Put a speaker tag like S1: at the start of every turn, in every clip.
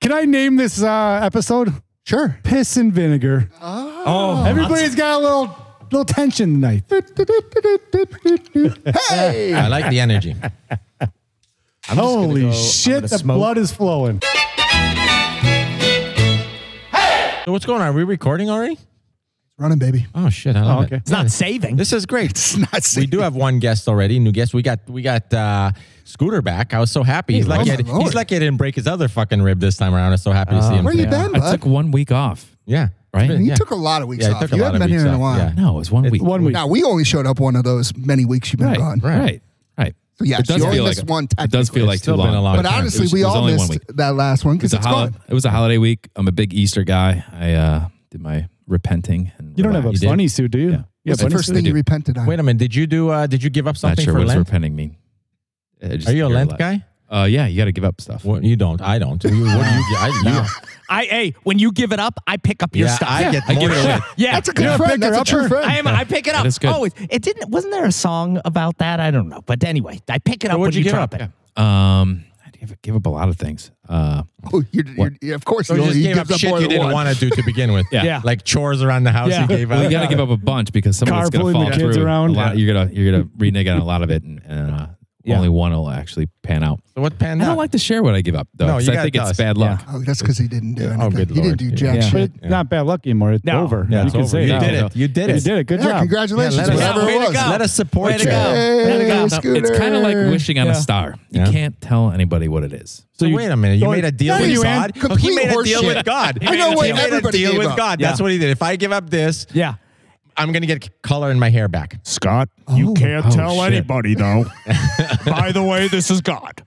S1: Can I name this uh, episode?
S2: Sure.
S1: Piss and vinegar.
S3: Oh,
S1: Everybody's got a little little tension tonight.
S2: Hey.
S4: I like the energy.
S1: Holy
S3: go- I'm
S1: shit,
S3: gonna
S1: the
S3: smoke.
S1: blood is flowing.
S4: So what's going on? Are we recording already?
S2: Running, baby.
S4: Oh shit! I love
S1: Oh, okay.
S4: it.
S1: It's
S3: it's not
S4: Yeah.
S3: saving.
S4: This is great.
S2: not
S4: we
S2: saving.
S4: do have one guest already, new guest. We got we got uh, Scooter back. I was so happy. He's lucky. I,
S2: welcome
S4: didn't-
S2: aboard.
S4: he's lucky I didn't break his other fucking rib this time around. I was so happy to see him.
S2: Where you
S4: today.
S2: been,
S3: I
S2: bud?
S3: took one week off.
S4: Yeah.
S3: Right?
S4: It's been-
S2: you
S4: yeah.
S2: took a lot of weeks
S4: Yeah, I
S2: off.
S4: took a
S2: You
S4: lot
S2: haven't
S4: of
S2: been here
S4: weeks
S2: in a
S4: off,
S2: while.
S4: yeah.
S3: No, it was one week.
S1: One week.
S2: Now we only showed up one of those many weeks you've been
S3: Right.
S2: gone.
S3: Right. Right. Right.
S2: So yeah,
S5: It does
S2: you only
S5: feel like
S2: missed
S5: it.
S2: one.
S5: It does
S2: technically.
S5: feel like too
S4: Still
S5: long.
S4: been a long
S2: But
S4: time.
S2: honestly,
S5: It was-
S2: we
S5: it was
S2: all
S5: only one
S2: missed
S5: week.
S2: that last one because
S5: It's a
S2: it's
S5: hol-
S2: gone.
S5: It was a holiday week. I'm a big Easter guy. I uh, did my repenting. And
S1: You don't have a
S5: relax.
S4: did?
S1: bunny suit, do you?
S5: Yeah.
S1: Yeah,
S2: It's the
S1: bunny
S2: first
S1: suit.
S2: thing
S5: do.
S2: you repented on.
S4: Wait a minute. Did you do? Uh, did you give up
S5: Not
S4: something
S5: sure
S4: for
S5: what does
S4: Lent?
S5: repenting mean. I just
S4: Are you a
S5: give
S4: Lent
S5: up.
S4: guy?
S5: Uh, yeah, you got to give up stuff.
S4: Well, you don't. I don't. You- what do you? I, you
S3: I hey, when you give it up, I pick up your
S4: yeah,
S3: stuff.
S4: I get
S5: I
S4: more
S5: give it
S4: shit.
S5: away.
S3: yeah.
S2: That's a good
S1: Yeah,
S2: friend.
S1: pick her
S2: That's a
S1: up
S2: true
S1: her.
S2: friend.
S3: I am. I pick it up.
S5: That is good.
S3: Oh, it, it didn't. Wasn't there a song about that? I don't know. But anyway, I pick it up when
S4: what'd
S3: you,
S4: you give
S3: drop
S4: up?
S3: it.
S5: Um, I give, give up a lot of things. Uh,
S2: Oh, you're, you're, yeah, of course,
S4: So
S2: you
S4: you just
S2: only
S4: gave up
S2: gives up
S4: shit
S2: more
S4: you
S2: than
S4: didn't
S2: one.
S4: want to do to begin with.
S5: Yeah.
S4: Like chores around the house
S1: Yeah.
S4: you gave
S5: well,
S4: up.
S5: you got to give up a bunch because some of it's going
S1: Carpooling
S5: to
S1: the
S5: fall
S1: kids
S5: through.
S1: around.
S5: A lot, You're gonna you're gonna renege on a lot of it, and, and uh,
S4: Yeah.
S5: only one will actually pan out.
S4: So what panned
S5: I
S4: out?
S5: don't like to share what I give up though.
S4: No,
S5: 'cause
S4: you
S5: I
S4: gotta
S5: think
S4: tell
S5: it's
S4: us.
S5: bad luck.
S2: Oh, that's because he didn't do anything.
S4: good
S2: He didn't
S4: Lord.
S2: do
S4: Yeah.
S2: jack
S4: Yeah.
S1: But
S2: shit.
S1: it's not bad luck anymore. It's
S3: No.
S1: over.
S4: Yeah,
S1: you
S4: it's
S1: can
S4: over.
S1: say
S4: You
S1: that.
S4: did it. You did
S1: You
S4: it.
S1: did it. Good
S2: Yeah,
S1: job.
S2: congratulations.
S4: Yeah, let us
S2: whatever
S4: know.
S2: it
S3: Way to
S2: was.
S3: go.
S4: Let us support
S3: Way to
S4: you.
S3: go.
S2: Hey,
S3: go.
S5: No, it's kind of like
S2: Scooter.
S5: wishing on
S1: Yeah.
S5: a star. You
S4: Yeah.
S5: can't tell anybody what it is.
S4: So wait a minute. You
S1: Oh,
S4: made a deal
S1: no,
S4: with
S1: you
S4: God.
S2: ain't.
S4: Oh, he made a
S2: Complete
S4: deal
S2: horseshit.
S4: with God.
S2: I know
S4: He
S2: what
S4: made a
S2: everybody
S4: deal
S2: gave
S4: with
S2: up.
S4: God. That's
S3: Yeah.
S4: what he did. If I give up this,
S3: Yeah.
S4: I'm gonna get color in my hair back.
S1: Scott,
S2: Oh.
S1: can't
S5: Oh, shit.
S1: though. By the way, this is God.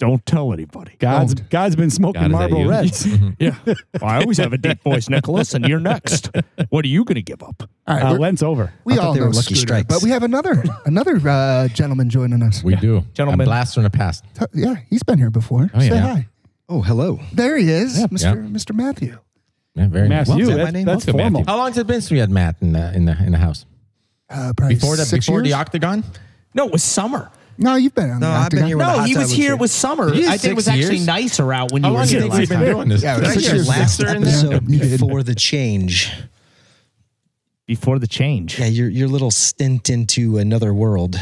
S6: Don't tell anybody.
S1: God's God's been smoking
S5: God, is that
S1: Marlboro
S5: you?
S1: Reds.
S6: Yeah. I always have a deep voice, Nicholas, and you're next. What are you going to give up?
S2: All right,
S1: Uh,
S2: we're-
S1: Lent's over.
S2: we
S4: I thought
S2: all
S4: they
S2: know
S4: were Lucky
S2: Scooter,
S4: Strikes.
S2: but we have another another uh, gentleman joining us.
S4: We do,
S3: Gentlemen.
S4: A blast from the past.
S2: T- yeah, he's been here before.
S5: Oh, yeah.
S2: Say
S5: Yeah.
S2: hi.
S7: Oh, hello.
S2: There he is, Mr.
S4: Yeah.
S2: Mr. Matthew.
S4: Yeah, very nice.
S1: Matthew,
S4: Well,
S1: that's,
S4: my name?
S1: that's
S5: Welcome,
S1: formal.
S4: How long has it been since we had Matt in the in the in the house?
S2: Uh, probably
S4: Before the
S2: six
S4: before the
S2: years?
S4: octagon?
S3: No, it was summer.
S2: No, you've been on
S7: No,
S2: the
S7: I've been
S2: octagon.
S7: here with-
S3: No,
S7: hot
S3: he
S7: tub
S3: was
S7: was
S3: here.
S7: here.
S3: It was summer.
S4: Did you
S3: I think it
S4: six
S3: was actually
S4: years?
S3: nicer out when
S4: How
S3: you were
S4: long do
S3: here
S4: you think we've
S3: last
S4: been
S3: time.
S4: doing this?
S2: Yeah, it was
S4: Six
S2: six
S4: years.
S2: years.
S7: Last
S4: Laughter in there?
S7: episode
S2: You did.
S7: before the change.
S6: Before the change.
S7: Yeah, your your little stint into another world.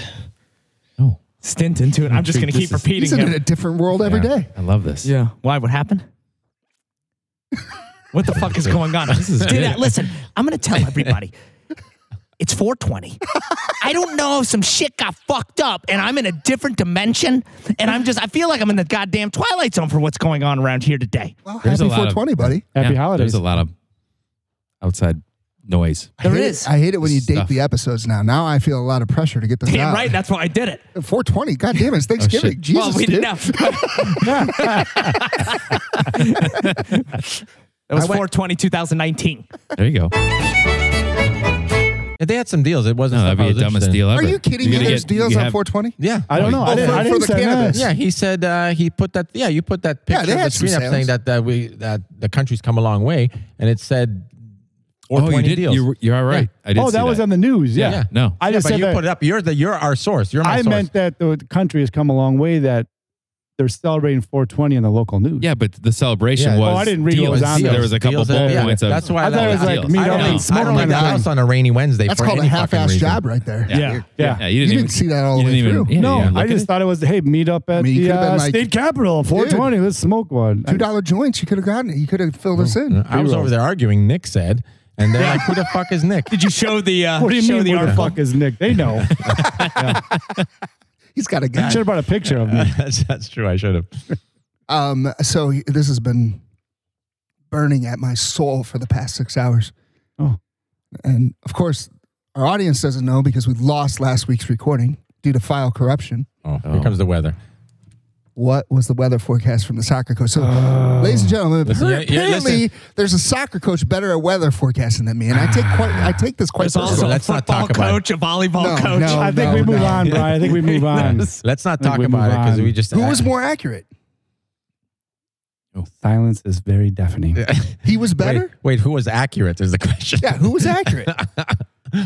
S5: Oh,
S3: Stint into it. I'm just going to
S5: This
S3: keep
S5: is-
S3: repeating
S2: He's in
S3: him.
S2: a different world every day.
S5: I love this.
S3: Yeah. Why? What happened? what the fuck is going on? This is
S5: good.
S3: listen, I'm going to tell everybody. It's 420. I don't know if some shit got fucked up and I'm in a different dimension. And I'm just, I feel like I'm in the goddamn Twilight Zone for what's going on around here today.
S2: Well,
S5: There's
S2: happy
S5: a lot of-
S2: 420, buddy.
S1: Happy
S5: Yeah,
S1: holidays.
S5: There's a lot of outside noise.
S3: There
S2: I hate,
S3: is.
S2: I hate it when you date
S5: Stuff.
S2: the episodes now. Now I feel a lot of pressure to get this
S3: Damn
S2: out.
S3: right. That's why I did it.
S2: 420. God damn it. It's Thanksgiving. Jesus.
S3: well, we
S2: dude.
S3: didn't have. that was 420, 2019.
S5: There you go.
S4: Yeah, they had some deals. It wasn't
S5: No, that'd
S4: stuff I
S5: be
S4: was
S5: the dumbest
S4: interested in.
S5: deal ever.
S2: Are you kidding me?
S5: You're gonna
S2: There's
S5: get-
S2: deals
S5: you
S2: on
S5: have-
S2: 420?
S4: Yeah.
S1: I don't know. I
S2: Oh,
S1: didn't,
S2: for-
S1: I
S2: for
S1: didn't
S2: the
S1: say
S2: cannabis.
S1: that.
S4: Yeah, he said uh, he put that. Yeah, you put that
S2: Yeah,
S4: picture
S2: they
S4: of the
S2: had some
S4: screen up saying
S2: sales.
S4: that that we that the country's come a long way, and it said
S5: Oh, you
S4: 420
S5: did.
S4: deals.
S5: You're, you're all right. I did.
S1: Oh,
S5: see
S1: that was on the news. Yeah.
S4: Yeah.
S5: No.
S1: I
S4: Yeah,
S1: just
S4: but
S1: said
S4: you
S1: that.
S4: put it up. You're the you're our source. You're my
S1: I
S4: source.
S1: meant that the country has come a long way. That they're celebrating 420 in the local news.
S5: Yeah, but the celebration
S4: Yeah.
S5: was.
S1: Oh, I didn't read what
S5: deals.
S1: was on
S5: there.
S1: there.
S5: was a couple
S4: Deals
S5: bullet
S4: and- yeah,
S5: points of.
S4: that's why I
S1: I thought it
S4: like
S1: was like
S5: deals.
S1: meet
S4: I
S1: up
S4: don't,
S1: and
S4: I
S1: smoke
S4: don't
S1: on
S4: leave
S1: the
S4: the
S1: thing.
S4: house on a rainy Wednesday.
S2: That's
S4: for
S2: called a
S4: any
S2: half
S4: fucking
S2: ass
S4: reason.
S2: job right there.
S5: Yeah.
S1: Yeah. Yeah.
S5: Yeah. you didn't,
S2: You
S5: even,
S2: didn't see that all the
S5: you
S2: way
S5: didn't
S2: through.
S5: even, yeah, you
S1: No,
S5: didn't
S1: I
S5: look at
S1: just
S5: it.
S1: thought it was hey, meet up at
S2: I mean, you
S1: the
S2: could've been
S1: uh,
S2: like-
S1: state capitol, 420. Let's smoke one.
S2: Two dollar joints. You could have gotten it. You could have filled us in.
S4: I was over there arguing. Nick said, and they're like, "Who the fuck is Nick?"
S3: Did you show the? Uh,
S1: what do you
S3: show
S1: mean?
S3: The
S1: Where the
S3: article?
S1: fuck is Nick? They know.
S2: He's got a
S1: I
S2: guy.
S1: should have brought a picture of me.
S4: that's, that's true. I should have.
S2: Um, so he- this has been burning at my soul for the past six hours.
S1: Oh.
S2: And of course, our audience doesn't know because we lost last week's recording due to file corruption.
S4: Oh, here comes the weather.
S2: What was the weather forecast from the soccer coach? So, ladies and gentlemen,
S4: Listen, yeah,
S2: apparently
S4: yeah, listen.
S2: there's a soccer coach better at weather forecasting than me, and I take quite I take this quite
S3: There's also
S2: personally.
S4: Let's
S3: a
S4: not
S3: football
S4: talk about it.
S3: coach, a volleyball
S2: No,
S3: coach.
S2: no.
S1: I think we
S2: Oh, no,
S1: move
S2: no.
S1: on, Brian. I think we move on.
S4: Let's not
S1: I think
S4: talk
S1: we
S4: about it
S1: move
S4: because
S1: on.
S4: we just
S2: Who was more accurate?
S1: Silence is very deafening.
S2: He was
S4: Wait,
S2: better.
S4: wait, who was accurate is the question.
S2: Yeah, who was accurate?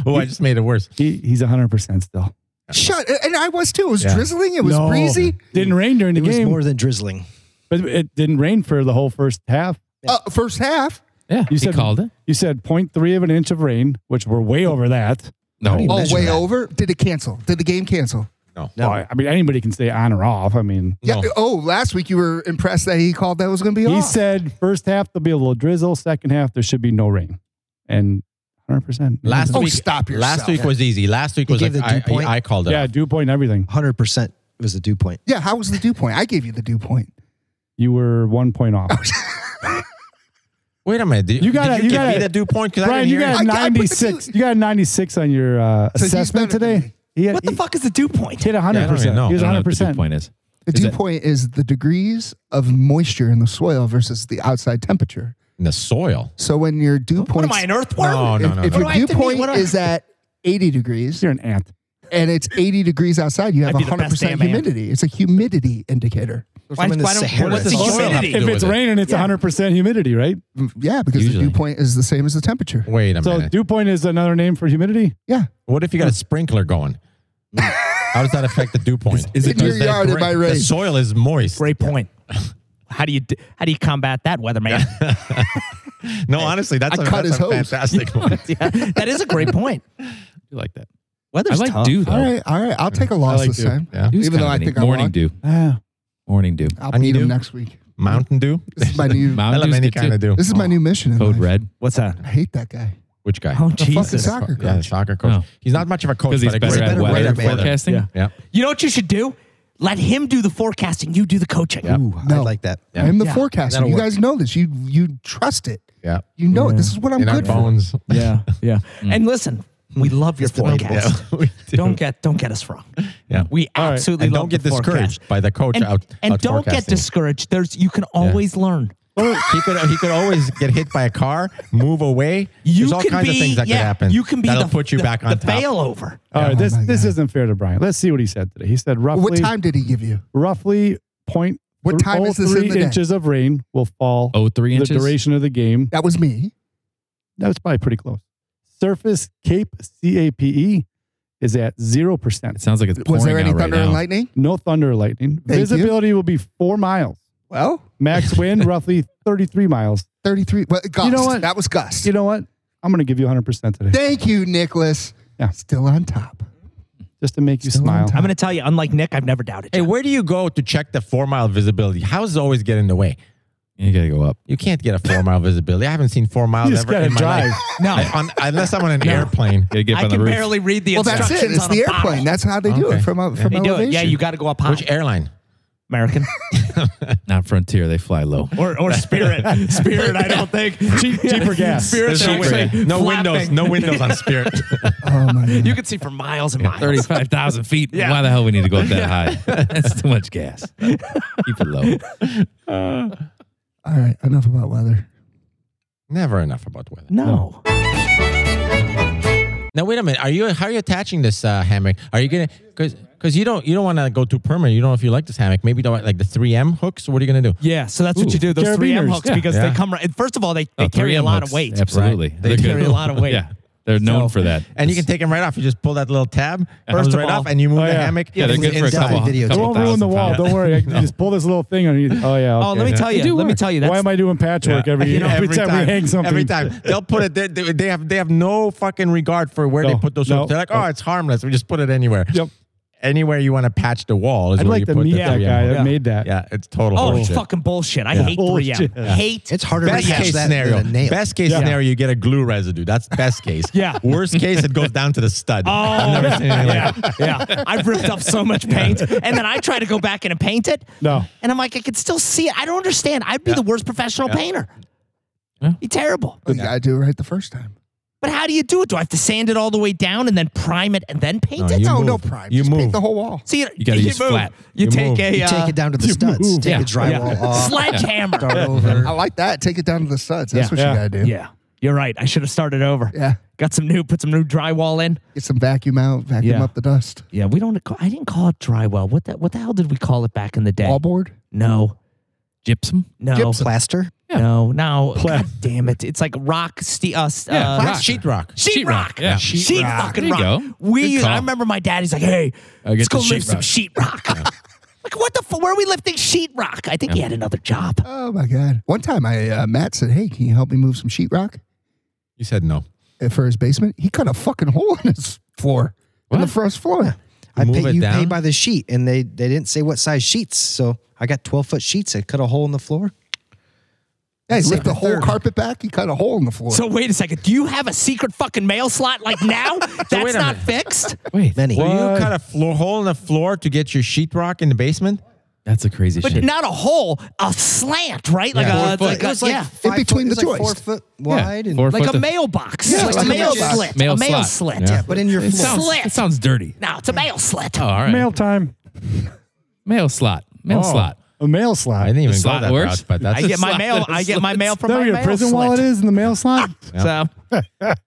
S4: oh, I just made it worse.
S1: He, he's 100% still.
S2: Shut. And I was too. It was
S4: Yeah.
S2: drizzling. It was
S1: No.
S2: breezy.
S1: Didn't rain during the
S7: It was
S1: game.
S7: more than drizzling.
S1: But it didn't rain for the whole first half.
S2: Uh, first half.
S5: Yeah,
S1: You
S5: you
S1: said-
S5: called it.
S1: You said 0.3 of an inch of rain, which we're way over that.
S5: No,
S2: Oh,
S7: measure
S2: way
S7: that?
S2: over. Did it cancel? Did the game cancel?
S1: No. I mean, anybody can say on or off. I mean,
S2: Yeah. Oh, last week you were impressed that he called that was going to be
S1: he
S2: off.
S1: said first half there'll be a little drizzle, second half there should be no rain, and 100. percent
S4: Last
S2: Oh,
S4: week,
S2: stop yourself.
S4: Last week was easy. Last week
S7: You
S4: was
S7: gave
S4: like,
S7: the dew
S4: I,
S7: point?
S4: I, I called it.
S1: yeah,
S4: Yeah,
S1: dew point and everything.
S7: 100% was the dew point.
S2: yeah. How was the dew point? I gave you the dew point.
S1: You were one point off.
S4: Wait a minute. Did,
S1: You gotta-
S4: did
S1: you
S4: give
S1: gotta-
S4: me the dew point because I
S1: Brian,
S4: didn't
S1: you
S4: hear
S1: got
S4: it.
S1: a
S2: I- I put the
S1: 96.
S2: two-
S1: You got a 96 on your uh,
S2: So he's
S1: assessment
S2: better than
S1: today. He had,
S3: What the
S1: he-
S3: fuck is the dew point?
S1: He had 100.
S4: Yeah, I don't even
S1: percent.
S4: know.
S1: He was
S5: I don't know
S1: 100.
S5: what the dew
S1: percent
S5: point is.
S2: The
S5: Is
S2: dew
S5: it-
S2: point is the degrees of moisture in the soil versus the outside temperature.
S4: In the soil.
S2: So when your dew
S3: What
S2: point,
S3: am I, an earthworm?
S4: No, no, no.
S2: if
S4: no.
S3: do
S2: your
S3: I have
S2: dew
S3: to be?
S2: point
S3: What do I-
S2: is at 80 degrees
S1: You're an ant.
S2: and it's 80 degrees outside, you have
S3: That'd be the best
S2: 100%
S3: damn man.
S2: humidity. It's a humidity indicator.
S7: From in the
S3: why don't-
S7: Sahara.
S3: what's the
S7: It's
S4: soil have to
S3: humidity?
S4: do
S1: If it's
S4: with it?
S1: raining, it's 100 percent humidity, right?
S2: Yeah, because the
S4: Usually.
S2: dew point is the same as the temperature.
S4: Wait a
S1: So
S4: minute.
S1: dew point is another name for humidity.
S2: Yeah.
S4: what if you got a sprinkler going? How does that affect the dew point?
S5: is it
S2: In your
S4: Does that
S2: yard, it
S4: gra-
S2: might rain.
S4: The soil is moist.
S3: Great point. How do you d- how do you combat that, weatherman?
S4: No, honestly, that's
S2: I
S4: a
S2: cut
S4: that's
S2: his
S4: a
S2: hose.
S4: fantastic one.
S3: Yeah, that is a great point.
S5: You like that?
S3: Weather's
S5: I like
S3: tough.
S5: dew
S2: All
S5: though.
S2: right. All right. I'll take a loss
S1: like
S2: this
S1: dew.
S2: time.
S4: Yeah.
S5: Dew's
S2: Even though
S5: kinda
S2: I
S5: neat.
S2: think I
S5: morning
S2: won.
S5: dew,
S1: Ah,
S5: morning dew,
S2: I'll
S4: I need
S2: beat him
S4: you.
S2: next week.
S4: Mountain dew?
S2: This is my new.
S5: Mountain
S4: I love
S5: Dew's
S4: any
S5: good
S4: kind of dew.
S2: This is my new mission. in
S5: Code
S2: life.
S5: red
S3: What's that?
S2: I hate that guy.
S4: Which guy?
S3: Oh
S2: The fucking
S3: Jesus!
S2: soccer
S4: Yeah, the
S2: coach.
S4: soccer coach.
S5: No.
S4: He's not much of a coach,
S5: because
S4: but
S5: he's
S4: a
S5: better
S4: great
S5: at
S4: better
S5: weather
S4: weather forecast.
S5: forecasting.
S4: Yeah.
S3: You know what you should do? Let him do the forecasting. You do the coaching.
S7: Ooh, I
S2: No.
S7: like that.
S2: I'm the
S3: Yeah.
S2: forecaster.
S7: That'll
S2: You
S7: work.
S2: guys know this. You you trust it.
S4: Yeah.
S2: You know it. This is what I'm
S4: In our
S2: good for.
S4: bones.
S3: yeah, yeah.
S4: Mm.
S3: And listen, we love your forecast.
S4: Yeah, we do.
S3: Don't get don't get us wrong.
S4: Yeah.
S3: We absolutely
S4: And
S3: love
S4: don't get
S3: the forecast.
S4: discouraged by the coach
S3: And,
S4: out.
S3: and
S4: out
S3: don't get
S4: forecasting. Oh,
S3: discouraged. There's you can always learn.
S4: he could he could always get hit by a car, move away.
S3: You
S4: There's all
S3: can
S4: kinds
S3: be,
S4: of things that
S3: yeah,
S4: could happen.
S3: You can be
S4: that'll
S3: the,
S4: put you
S3: the-
S4: back on
S3: the
S4: top.
S3: failover.
S1: All right,
S2: Oh
S1: this
S2: my
S1: this
S2: God.
S1: isn't fair to Brian. Let's see what he said today. He said roughly
S2: What time did he give you?
S1: roughly point
S2: What time is this in
S1: 03
S2: the day?
S1: inches of rain will fall
S5: oh three
S1: the
S5: inches.
S1: duration of the game.
S2: That was me.
S1: That's probably pretty close. Surface Cape C A P E is at zero
S5: It
S1: percent.
S5: sounds like it's pouring
S2: Was there any
S5: out right
S2: thunder
S5: now.
S2: and lightning?
S1: No thunder or lightning.
S2: Thank you.
S1: Visibility will be four miles.
S2: Well,
S1: Max wind roughly thirty three miles.
S2: 33. Well, gust.
S1: You know what?
S2: That was gust.
S1: You know what? I'm going to give you 100 percent today,
S2: Thank you, Nicholas.
S1: Yeah.
S2: Still on top.
S1: just to make you
S2: Still on
S1: smile.
S2: top.
S3: I'm going to tell you, unlike Nick, I've never doubted
S4: Hey,
S3: you.
S4: where do you go to check the four mile visibility? Houses always get in the way.
S5: You gotta go up.
S4: You can't get a four mile visibility. I haven't seen four miles
S1: You just
S4: ever
S1: gotta
S4: in my
S1: drive.
S4: life.
S3: No.
S4: I- on, unless I'm on an airplane.
S5: You gotta get up
S3: I
S5: on the
S3: can
S5: roof.
S3: barely read the
S2: Well, that's
S3: instructions
S2: it. It's
S3: on a
S2: the
S3: bottle.
S2: airplane. That's how they do
S4: Okay.
S2: it from, a, from
S3: They do
S2: elevation.
S3: it. Yeah, you got to go up high.
S4: Which airline?
S3: American
S5: Not Frontier. They fly low.
S3: or or Spirit? Spirit, I don't think.
S1: Cheap- cheaper gas.
S3: Spirit,
S4: There's no win- no windows. No windows on Spirit.
S2: oh, my God.
S3: You can see for miles and miles.
S5: Thirty-five thousand feet. Why the hell we need to go up that high? That's too much gas. Keep it low. Oh,
S2: All right. Enough about weather.
S4: Never enough about weather.
S3: No.
S4: Now wait a minute. Are you how are you attaching this uh, hammock? Are you gonna because because you don't you don't want to go too permanent. You don't know if you like this hammock. Maybe you don't like- like the three M hooks. What are you gonna do?
S3: Yeah, so that's what
S5: Ooh,
S3: you do. Those three M
S1: carabiners,
S3: hooks
S1: yeah.
S3: because
S4: Yeah.
S3: they come right. First of all, they, they
S5: Oh,
S3: carry a
S5: 3M
S3: lot
S5: hooks.
S3: of weight.
S5: Absolutely.
S4: Right. They
S5: They're good.
S3: carry a lot of weight.
S5: Yeah. They're known for that.
S4: And you can take them right off. You just pull that little tab,
S3: First
S4: comes
S3: of
S4: right
S3: all-
S4: off, and you move
S1: Oh,
S4: the
S1: yeah.
S4: hammock.
S5: Yeah, they're
S4: from
S5: good
S4: the
S5: for a
S4: inside.
S5: couple,
S7: video
S1: I
S5: couple
S1: won't ruin the
S5: thousand
S1: wall.
S5: pounds.
S1: Don't worry. I can just pull this little thing underneath. Oh yeah.
S3: Oh,
S1: okay.
S3: let me tell you. Let me
S1: work.
S3: tell you. That's
S1: Why am I doing patchwork every,
S4: You know,
S1: every, time, we hang something?
S4: Every time they'll put it there, they, they have they have no fucking regard for where they
S1: No,
S4: put those.
S1: no.
S4: hooks. They're like, oh, it's harmless. We just put it anywhere.
S1: Yep.
S4: Anywhere you want to patch the wall is
S1: I'd
S4: where
S1: like
S4: you
S1: to
S4: put
S1: meet
S4: the
S1: that
S4: 3M
S1: guy
S4: hook.
S1: that made that.
S4: Yeah, it's total
S3: Oh,
S4: bullshit.
S3: fucking bullshit. I hate
S1: Bullshit.
S3: 3M. Hate.
S7: It's harder
S4: Best
S7: to
S4: case
S7: catch that
S4: scenario.
S7: than a nail.
S4: Best case
S1: Yeah.
S4: scenario, you get a glue residue. That's best case.
S3: Yeah.
S4: Worst case, it goes down to the stud.
S3: Oh, yeah, yeah. I've ripped up so much paint, and then I try to go back in and paint it.
S1: No.
S3: and I'm like, I can still see it. I don't understand. I'd be the worst professional painter. Be terrible.
S2: You got to do it right the first time.
S3: But how do you do it? Do I have to sand it all the way down and then prime it and then paint it?
S4: you
S2: no, no
S4: move.
S2: prime.
S4: You
S2: Just paint
S4: move.
S2: the whole wall.
S3: So you,
S5: gotta use
S3: move.
S5: flat.
S3: You,
S4: You
S3: take
S4: move.
S3: a
S7: You
S3: uh,
S7: take it down to the
S1: you
S7: studs.
S1: move.
S7: Take
S3: Yeah.
S7: the drywall off.
S3: sledgehammer.
S7: Start over.
S2: I like that. Take it down to the studs. That's
S3: Yeah.
S2: what
S1: Yeah.
S2: you got to do.
S3: Yeah, you're right. I should have started over.
S2: Yeah.
S3: Got some new, put some new drywall in.
S2: Get some vacuum out, vacuum
S3: Yeah.
S2: up the dust.
S3: Yeah, we don't. I didn't call it drywall. What the what the hell did we call it back in the day?
S2: Wallboard?
S3: No,
S5: Gypsum.
S3: no,
S7: Plaster.
S3: no, no. God damn it! It's like rock, steel, uh,
S5: Yeah,
S3: uh,
S5: rock.
S4: Sheetrock.
S3: sheet rock.
S5: Yeah.
S3: sheet,
S5: rock.
S3: fucking
S5: There you
S3: rock.
S5: go.
S3: We.
S5: Good
S3: Used, I
S5: call.
S3: remember my daddy's like, hey,
S5: I get
S3: let's go
S5: the
S3: lift some
S5: sheetrock.
S3: sheet rock. Like, what the f Where are we lifting sheetrock? I think he had another job.
S2: Oh my god! One time, I uh, Matt said, "Hey, can you help me move some sheetrock
S4: You said no.
S2: uh, for his basement?" He cut a fucking hole in his floor, on the first floor.
S7: I
S4: Move
S7: pay,
S4: it
S7: you pay
S4: down?
S7: by the sheet, and they they didn't say what size sheets. So I got twelve foot sheets. I cut a hole in the floor.
S2: Yeah, he
S7: Save
S2: lift the
S7: the
S2: whole
S7: third.
S2: carpet back. He cut a hole in the floor.
S3: So wait a second. Do you have a secret fucking mail slot like now? That's
S4: wait a
S3: not
S4: minute.
S3: fixed.
S5: Wait,
S7: Many.
S4: So you cut a floor hole in the floor to get your sheetrock in the basement?
S5: that's a crazy
S3: But
S5: shit.
S3: not a hole, a slant, right? Like
S4: Yeah.
S3: a, it's like
S7: It
S3: a-
S7: was like
S3: yeah.
S7: five
S2: In between
S7: foot-
S2: the
S7: it was like four
S2: joists.
S7: foot
S5: Yeah,
S7: wide and
S5: four
S3: like
S5: foot
S3: a
S5: to-
S3: mailbox,
S2: Yeah,
S3: like,
S2: like
S3: a
S2: a
S3: mail
S2: mailbox.
S3: slit,
S5: Mail
S3: a mail
S5: slot.
S3: slit.
S5: Yeah.
S7: yeah, but in your
S5: It
S7: floor.
S5: sounds,
S3: Slit.
S5: it sounds dirty.
S3: No, it's a mail slit.
S5: Oh, all right.
S1: Mail time.
S5: Mail slot. Mail
S4: Oh.
S5: slot.
S1: A mail slot.
S4: I didn't even go
S5: slot
S4: that
S5: works?
S4: route, but that's
S3: I get my
S5: slot.
S3: mail. I get my mail
S1: Is
S3: from
S1: that
S3: my
S1: what your
S3: mail
S1: prison
S3: slit.
S1: wallet is in the mail slot?
S3: So,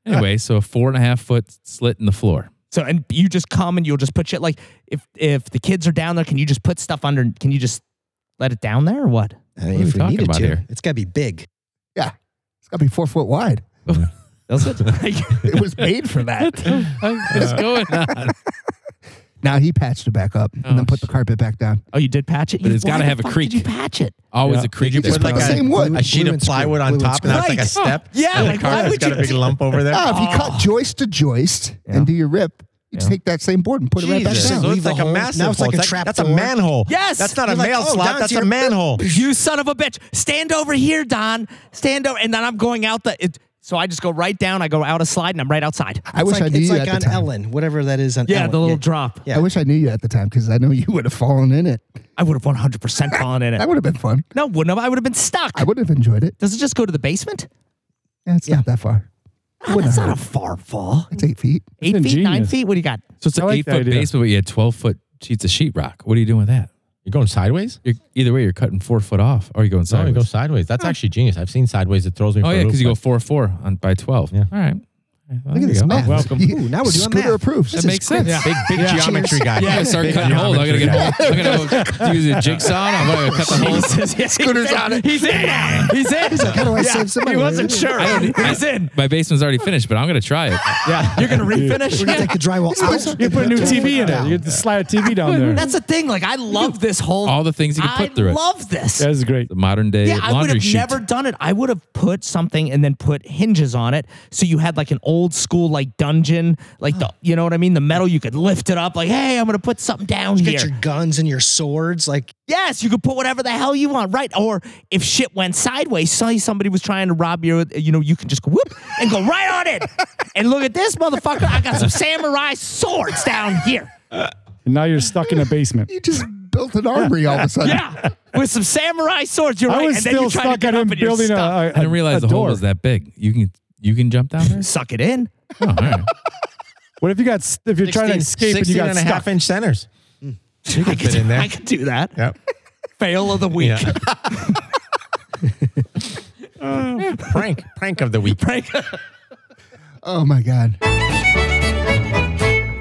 S5: Anyway, so a four and a half foot slit in the floor.
S3: so and you just come and you'll just put shit like if if the kids are down there, can you just put stuff under? Can you just let it down there or what?
S7: I mean,
S5: What are we
S7: if we
S5: talking
S7: needed
S5: about
S7: to,
S5: here?
S7: it's got to be big.
S2: yeah, it's got to be four foot wide.
S3: That's it. Like,
S2: It was made for that.
S5: What's going on?
S2: now he patched it back up and
S5: Oh,
S2: then put the carpet back down.
S3: oh, you did patch it.
S5: But
S3: You-
S5: it's gotta
S3: why the
S5: have a
S3: fuck
S5: creek.
S3: Did you patch it?
S5: Always a creep.
S4: you put
S2: It's
S4: like
S2: like
S4: a,
S2: the same wood.
S4: a sheet
S7: Blue
S4: of
S7: and screw-
S4: plywood on
S7: blue and
S4: top and that's
S3: screw.
S4: like a
S3: Right.
S4: step?
S3: Yeah,
S4: And
S3: like,
S4: the
S3: why
S4: carpet's
S3: would
S4: got
S3: you
S4: a big
S3: do-
S4: lump over there.
S2: Ah, if you cut joist to joist and do your rip, you take that same board and put it right back
S4: Jesus.
S2: down.
S4: So
S7: Leave
S4: it's like
S7: a
S4: a
S7: hole.
S4: massive
S7: Now it's like
S4: hole.
S7: a trap
S4: That's a
S7: door.
S4: manhole.
S3: Yes.
S4: That's not a
S7: You're like,
S4: mail
S7: oh,
S4: slot.
S7: Don's
S4: That's a
S7: here.
S4: manhole.
S3: You son of a bitch. Stand over here, Don. Stand over. And then I'm going out the. It, so I just go right down. I go out a slide and I'm right outside.
S2: I wish
S7: it's like,
S2: I knew
S7: it's
S2: you
S7: like
S2: at
S7: on
S2: the time.
S7: Ellen, whatever that is on
S3: Yeah,
S7: Ellen.
S3: the little drop.
S7: Yeah.
S2: I wish I knew you at the time because I know you would have fallen in it.
S3: I would have 100% fallen in
S2: That
S3: it.
S2: would have been fun.
S3: No, wouldn't have. I would have been stuck.
S2: I would have enjoyed it.
S3: Does it just go to the basement?
S2: Yeah, it's not that far.
S3: Ah, that's not a far fall.
S2: It's eight feet.
S3: Eight feet,
S1: ingenious.
S3: nine feet. What do you got?
S5: So it's
S1: I
S5: an
S1: like
S5: eight
S1: the
S5: foot
S1: idea.
S5: basement, but you had 12 foot sheets of sheetrock. What are you doing with that?
S4: You're going sideways?
S5: You're, either way, you're cutting four foot off or you're going
S4: No, you
S5: sideways.
S4: go sideways. That's actually genius. I've seen sideways. It throws me
S5: oh,
S4: for a
S5: yeah,
S4: loop.
S5: because you go
S4: like-
S5: four four on by 12.
S4: Yeah.
S5: All right.
S2: Look
S5: Well, there
S2: at
S5: you
S2: this
S5: go.
S2: math.
S4: welcome.
S2: Ooh,
S7: now we're doing
S2: Scooter
S7: math.
S2: approves.
S5: That makes sense.
S4: Big, big geometry guy.
S5: Yeah, I start
S4: Big
S5: cutting holes. I'm gonna
S4: geometry
S5: get.
S4: guy.
S5: I'm gonna go use a jigsaw. I'm gonna cut the holes.
S3: Scooter's on it. He's in now. He's in.
S2: How do I save some money?
S3: He wasn't sure.
S5: I don't need-
S3: He's in.
S5: My basement's already finished, but I'm gonna try it.
S3: Yeah. You're going to refinish?
S7: We're gonna take the drywall out.
S1: You put a new TV in it. You just slide a TV down there.
S3: That's the thing. Like, I love this whole.
S5: All the things you can put
S3: I
S5: through it.
S3: love this.
S1: That's great.
S5: The modern day
S3: Yeah, I would
S5: laundry
S3: have
S5: chute.
S3: never done it. I would have put something and then put hinges on it, so you had like an old school like dungeon, like the you know what I mean, the metal you could lift it up. Like, hey, I'm gonna put something down
S7: You
S3: here.
S7: Get your guns and your swords. Like
S3: yes, you could put whatever the hell you want, right? Or if shit went sideways, say somebody was trying to rob you, you know, you can just go whoop and go right on in. and look at this motherfucker, I got some samurai swords down here.
S1: And now you're stuck in a basement.
S2: You just built an armory all of a sudden.
S3: Yeah, with some samurai swords. You're
S1: I
S3: right,
S1: was
S3: and then
S1: still
S3: you try to
S1: stuck
S3: get
S1: at
S3: up
S1: him
S3: and you're
S1: building a,
S3: stuck.
S1: a, a
S5: I didn't realize
S1: a
S5: the hole
S1: door.
S5: was that big. You can you can jump down there.
S3: Suck it in.
S5: Oh, all right.
S1: What if you got s- if you're trying to
S4: 16
S1: escape and you
S4: 16
S1: got
S4: and a
S1: stuck?
S4: half inch centers. You
S3: I
S4: can fit
S3: could,
S4: in there.
S3: I could do that.
S4: Yep.
S3: Fail of the week.
S4: Yeah. prank, prank of the week.
S3: Prank.
S2: Oh my God.